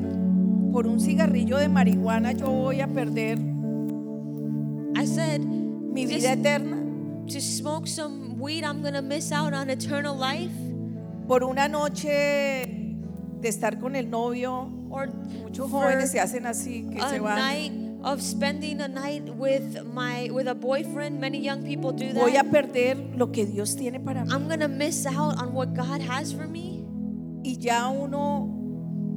Speaker 1: por un cigarrillo de marihuana yo voy a perder
Speaker 2: I said,
Speaker 1: mi
Speaker 2: Just-
Speaker 1: vida eterna.
Speaker 2: to smoke some weed, I'm gonna miss out on eternal life.
Speaker 1: Por una noche de estar con el novio,
Speaker 2: Or
Speaker 1: muchos
Speaker 2: for
Speaker 1: jóvenes se hacen así, que
Speaker 2: a
Speaker 1: se van.
Speaker 2: night of spending a night with my with a boyfriend. Many young people do
Speaker 1: Voy a
Speaker 2: that.
Speaker 1: perder lo que Dios tiene para mí.
Speaker 2: I'm gonna miss out on what God has for me.
Speaker 1: Y ya uno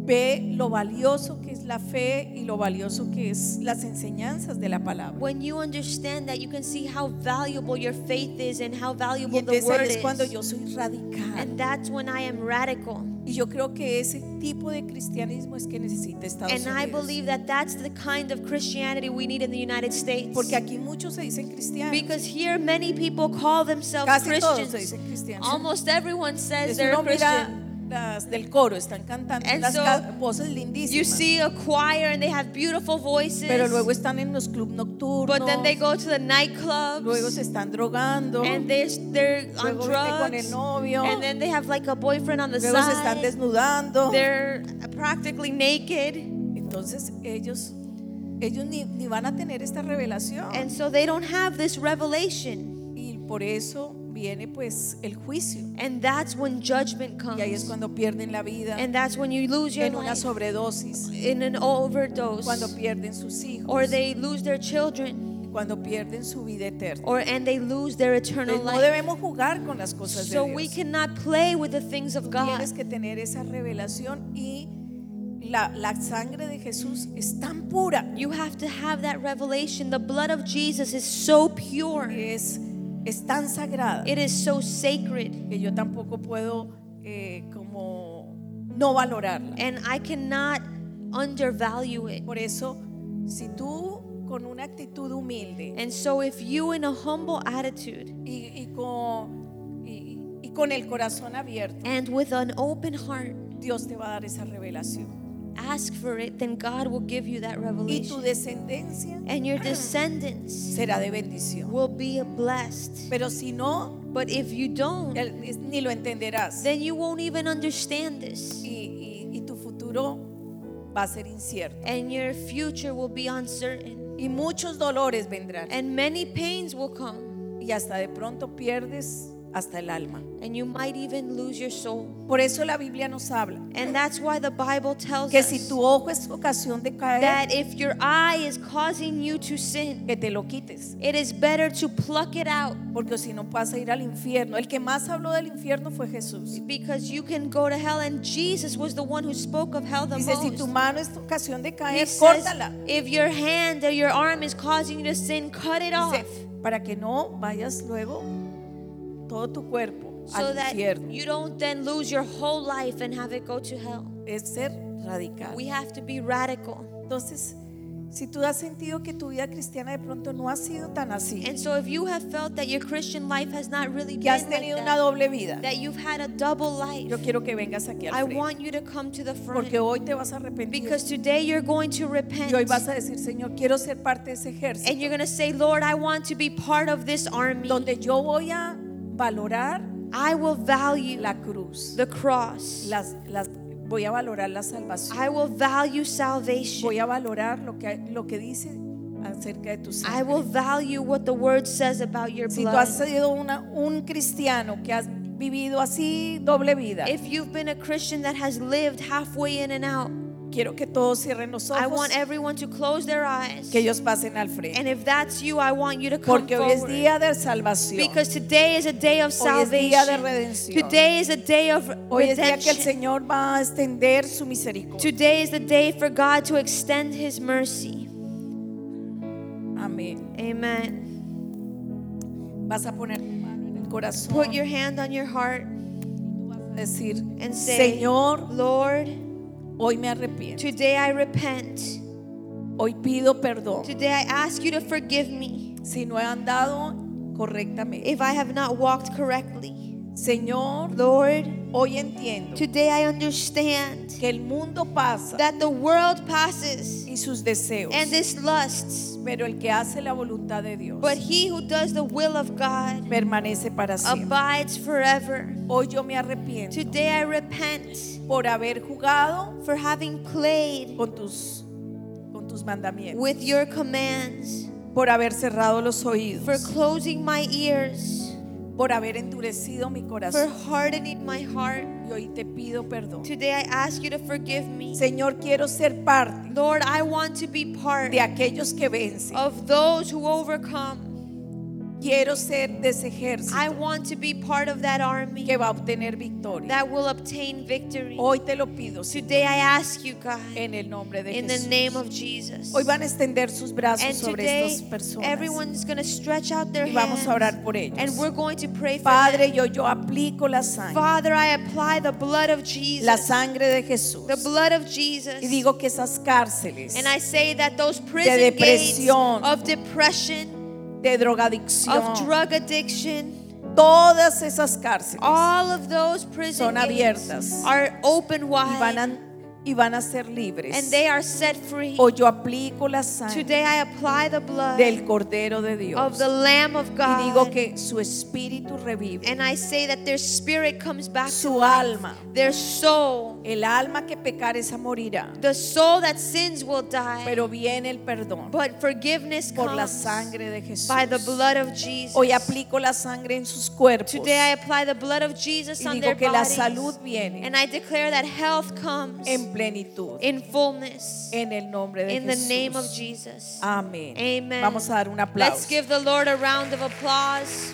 Speaker 1: ve lo valioso que es la fe y lo valioso que es las enseñanzas de la palabra.
Speaker 2: When you understand that, you can see how valuable your faith is and how
Speaker 1: Y
Speaker 2: valuable the
Speaker 1: entonces
Speaker 2: word
Speaker 1: ahí es cuando
Speaker 2: is.
Speaker 1: yo soy radical.
Speaker 2: And that's when I am radical.
Speaker 1: Y yo creo que ese tipo de cristianismo es que necesita Estados
Speaker 2: And I
Speaker 1: Unidos.
Speaker 2: believe that that's the kind of Christianity we need in the United States.
Speaker 1: Porque aquí muchos se dicen cristianos.
Speaker 2: Because here many people call themselves
Speaker 1: Casi todos se
Speaker 2: Christians.
Speaker 1: dicen cristianos.
Speaker 2: Almost everyone says
Speaker 1: Si
Speaker 2: they're
Speaker 1: uno
Speaker 2: a Christian.
Speaker 1: mira las del coro, están cantando
Speaker 2: And
Speaker 1: las
Speaker 2: so,
Speaker 1: ca- voces
Speaker 2: You
Speaker 1: lindísimas.
Speaker 2: see a choir and they have beautiful voices.
Speaker 1: Pero luego están en los club
Speaker 2: but then they
Speaker 1: nocturnos.
Speaker 2: go to the nightclubs
Speaker 1: Luego se están drogando.
Speaker 2: and they're, they're on
Speaker 1: Luego viven con el
Speaker 2: drugs.
Speaker 1: novio.
Speaker 2: And then they have like a boyfriend on the
Speaker 1: Luego se están
Speaker 2: side.
Speaker 1: desnudando.
Speaker 2: They're Oh. practically naked.
Speaker 1: Entonces ellos ellos ni, ni van a tener esta revelación.
Speaker 2: And so they don't have this revelation.
Speaker 1: Y por eso viene pues el juicio.
Speaker 2: And that's when judgment
Speaker 1: Y ahí es
Speaker 2: comes.
Speaker 1: cuando pierden la vida
Speaker 2: And that's when you lose your
Speaker 1: en una
Speaker 2: life
Speaker 1: sobredosis,
Speaker 2: in an overdose.
Speaker 1: cuando pierden sus hijos,
Speaker 2: Or they lose their children.
Speaker 1: cuando pierden su vida eterna.
Speaker 2: Or and they lose their eternal
Speaker 1: Entonces, no
Speaker 2: life.
Speaker 1: debemos jugar con las cosas
Speaker 2: So
Speaker 1: de
Speaker 2: we
Speaker 1: Dios.
Speaker 2: cannot play with the things of God.
Speaker 1: Tienes que tener esa revelación y la, la sangre de Jesús es tan pura,
Speaker 2: You have to have that revelation. The blood of Jesus is so pure.
Speaker 1: es, es tan sagrada,
Speaker 2: It is so sacred.
Speaker 1: que yo tampoco puedo eh, como no valorarla.
Speaker 2: And I cannot undervalue it.
Speaker 1: Por eso, si tú con una actitud humilde
Speaker 2: And so if you in a humble attitude
Speaker 1: y, y con, y- y con el corazón abierto,
Speaker 2: and with an open heart
Speaker 1: Dios te va a dar esa revelación.
Speaker 2: ask for it, then God will give you that
Speaker 1: Y tu
Speaker 2: revelation.
Speaker 1: descendencia
Speaker 2: And your descendants
Speaker 1: será de bendición.
Speaker 2: will be blessed.
Speaker 1: Pero si no,
Speaker 2: But if you don't,
Speaker 1: el- es- ni lo entenderás.
Speaker 2: then you won't even understand this.
Speaker 1: Y, y- y tu futuro va a ser incierto.
Speaker 2: And your future will be uncertain.
Speaker 1: Y muchos dolores vendrán.
Speaker 2: And many pains will come,
Speaker 1: Y hasta de pronto pierdes hasta el alma.
Speaker 2: and you might even lose your soul.
Speaker 1: Por eso la Biblia nos habla
Speaker 2: And that's why the Bible tells
Speaker 1: que
Speaker 2: us
Speaker 1: si tu ojo es ocasión de caer,
Speaker 2: that if your eye is causing you to sin,
Speaker 1: que te lo quites.
Speaker 2: it is better to pluck it out
Speaker 1: Porque si no vas a ir al infierno. El que más habló del infierno fue Jesús.
Speaker 2: because you can go to hell. And Jesus was the one who spoke of hell the
Speaker 1: Dice, si tu
Speaker 2: most.
Speaker 1: mano es ocasión de
Speaker 2: He
Speaker 1: caer,
Speaker 2: says,
Speaker 1: córtala.
Speaker 2: if your hand or your arm is causing you to sin, cut it off
Speaker 1: Dice, para que no vayas luego todo tu cuerpo
Speaker 2: so
Speaker 1: al
Speaker 2: that
Speaker 1: infierno.
Speaker 2: you don't then lose your whole life and have it go to hell.
Speaker 1: Es ser radical.
Speaker 2: We have to be radical.
Speaker 1: Entonces, si tú has sentido que tu vida cristiana de pronto no ha sido tan así,
Speaker 2: And so if you have felt that your Christian life has not really
Speaker 1: que has
Speaker 2: been like
Speaker 1: tenido una
Speaker 2: that,
Speaker 1: doble vida,
Speaker 2: that you've had a double life,
Speaker 1: yo quiero que vengas aquí
Speaker 2: I
Speaker 1: al frente.
Speaker 2: want you to come to the front
Speaker 1: Porque hoy te vas a arrepentir.
Speaker 2: because today you're going to
Speaker 1: Y hoy vas
Speaker 2: repent
Speaker 1: a decir, Señor, quiero ser parte de ese ejército.
Speaker 2: and you're going to say, Lord, I want to be part of this army.
Speaker 1: Donde yo voy a valorar
Speaker 2: I will value
Speaker 1: la cruz.
Speaker 2: the cross.
Speaker 1: las, las- voy a valorar la salvación.
Speaker 2: I will
Speaker 1: Voy
Speaker 2: value salvation.
Speaker 1: a valorar lo que, lo que dice acerca de tu
Speaker 2: I
Speaker 1: sangre.
Speaker 2: will value what the word says about your
Speaker 1: Si tú has
Speaker 2: blood.
Speaker 1: sido una- un cristiano que has vivido así doble vida,
Speaker 2: If you've been a Christian that has lived halfway in and out,
Speaker 1: quiero que todos cierren los
Speaker 2: I
Speaker 1: ojos,
Speaker 2: want everyone to close their eyes.
Speaker 1: que ellos pasen al frente.
Speaker 2: And if that's you, I want you to come
Speaker 1: Porque hoy es
Speaker 2: forward.
Speaker 1: día de salvación.
Speaker 2: Because today is a day of
Speaker 1: Hoy es día de
Speaker 2: salvation.
Speaker 1: redención.
Speaker 2: Today is a day of
Speaker 1: Hoy es día que el
Speaker 2: redemption.
Speaker 1: Señor va a extender su misericordia.
Speaker 2: Today is the day for God to extend His mercy.
Speaker 1: Amén. Amén.
Speaker 2: Amen.
Speaker 1: Vas a poner tu mano en el corazón.
Speaker 2: Put your hand on your heart
Speaker 1: Vas a decir,
Speaker 2: and say,
Speaker 1: Señor,
Speaker 2: Lord,
Speaker 1: hoy me arrepiento.
Speaker 2: today I repent.
Speaker 1: Hoy pido perdón
Speaker 2: Today I ask you to forgive me
Speaker 1: si no he andado correctamente.
Speaker 2: if I have not walked correctly.
Speaker 1: Señor,
Speaker 2: Lord,
Speaker 1: hoy entiendo
Speaker 2: today I understand
Speaker 1: que el mundo pasa
Speaker 2: that the world passes
Speaker 1: y sus deseos,
Speaker 2: and its lusts,
Speaker 1: pero el que hace la voluntad de Dios
Speaker 2: but he who does the will of God
Speaker 1: permanece para siempre.
Speaker 2: abides forever.
Speaker 1: Hoy yo me arrepiento
Speaker 2: Today I repent
Speaker 1: por haber jugado
Speaker 2: for having played
Speaker 1: con tus con tus mandamientos,
Speaker 2: with your commands,
Speaker 1: por haber cerrado los
Speaker 2: for
Speaker 1: oídos,
Speaker 2: closing my ears,
Speaker 1: por haber endurecido mi
Speaker 2: for
Speaker 1: corazón.
Speaker 2: hardening my heart.
Speaker 1: Y hoy te pido perdón.
Speaker 2: Today I ask you to forgive me.
Speaker 1: Señor, quiero ser parte
Speaker 2: Lord, I want to be part
Speaker 1: de aquellos que vencen.
Speaker 2: of those who overcome.
Speaker 1: Quiero ser de ese
Speaker 2: I
Speaker 1: ejército
Speaker 2: want to be part of that
Speaker 1: que
Speaker 2: army
Speaker 1: va a obtener victoria.
Speaker 2: that will obtain victory.
Speaker 1: Hoy te lo pido, Señor,
Speaker 2: Today I ask you, God,
Speaker 1: en el nombre de
Speaker 2: in the
Speaker 1: Jesús.
Speaker 2: name of Jesus.
Speaker 1: Hoy van a extender sus brazos
Speaker 2: And
Speaker 1: sobre
Speaker 2: today,
Speaker 1: estas personas
Speaker 2: everyone's going to stretch out their
Speaker 1: y vamos
Speaker 2: hands
Speaker 1: a orar por
Speaker 2: and
Speaker 1: ellos.
Speaker 2: we're going to pray for
Speaker 1: Padre,
Speaker 2: them.
Speaker 1: yo yo aplico la sangre,
Speaker 2: Father, I apply the blood of Jesus,
Speaker 1: la sangre de Jesús
Speaker 2: the blood of
Speaker 1: y
Speaker 2: Jesus.
Speaker 1: digo que esas cárceles
Speaker 2: And I say that those prison gates
Speaker 1: depresión,
Speaker 2: of depression,
Speaker 1: de drogadicción,
Speaker 2: of drug addiction,
Speaker 1: todas esas cárceles
Speaker 2: all of those prison
Speaker 1: son abiertas
Speaker 2: gates are open
Speaker 1: y van
Speaker 2: wide
Speaker 1: a, y van a ser
Speaker 2: and
Speaker 1: libres.
Speaker 2: they are set free.
Speaker 1: Hoy yo aplico la sangre
Speaker 2: Today I apply the blood
Speaker 1: Oh, del Cordero de
Speaker 2: of
Speaker 1: Dios
Speaker 2: the Lamb of
Speaker 1: y digo
Speaker 2: God.
Speaker 1: que su espíritu revive,
Speaker 2: And I say that their spirit comes back to
Speaker 1: su
Speaker 2: life.
Speaker 1: alma,
Speaker 2: Their soul.
Speaker 1: el alma que pecar esa morirá,
Speaker 2: The soul that sins will die.
Speaker 1: pero viene el perdón
Speaker 2: But forgiveness
Speaker 1: por la
Speaker 2: comes
Speaker 1: sangre de Jesús.
Speaker 2: by the blood of Jesus.
Speaker 1: Hoy aplico la sangre en sus cuerpos
Speaker 2: Today I apply the blood of Jesus
Speaker 1: y
Speaker 2: on their
Speaker 1: digo que la
Speaker 2: bodies.
Speaker 1: salud viene
Speaker 2: And I declare that health comes
Speaker 1: en plenitud,
Speaker 2: in fullness
Speaker 1: en el nombre de
Speaker 2: in the name of
Speaker 1: Jesús.
Speaker 2: Jesus.
Speaker 1: Amén.
Speaker 2: Amen.
Speaker 1: Vamos a dar un
Speaker 2: Let's
Speaker 1: aplauso.
Speaker 2: give the Lord a round of applause.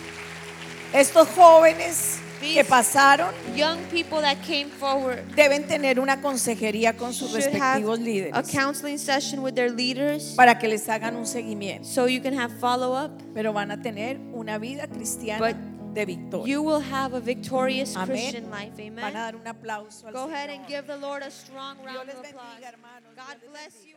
Speaker 1: Estos jóvenes que
Speaker 2: These-
Speaker 1: pasaron
Speaker 2: Young people that came forward.
Speaker 1: deben tener una consejería con sus
Speaker 2: should have
Speaker 1: respectivos
Speaker 2: a
Speaker 1: líderes
Speaker 2: counseling session with their leaders
Speaker 1: para que les hagan un seguimiento,
Speaker 2: so you can have follow up.
Speaker 1: pero van a tener una vida cristiana
Speaker 2: But
Speaker 1: de victoria.
Speaker 2: You will have a victorious
Speaker 1: Amén.
Speaker 2: Christian life.
Speaker 1: Van a
Speaker 2: Amen.
Speaker 1: dar un aplauso al
Speaker 2: Go ahead and
Speaker 1: Señor.
Speaker 2: give the Lord a strong
Speaker 1: Dios
Speaker 2: round
Speaker 1: les
Speaker 2: of
Speaker 1: bendiga,
Speaker 2: applause.
Speaker 1: hermanos. Dios
Speaker 2: God
Speaker 1: les
Speaker 2: bless
Speaker 1: bendiga.
Speaker 2: you.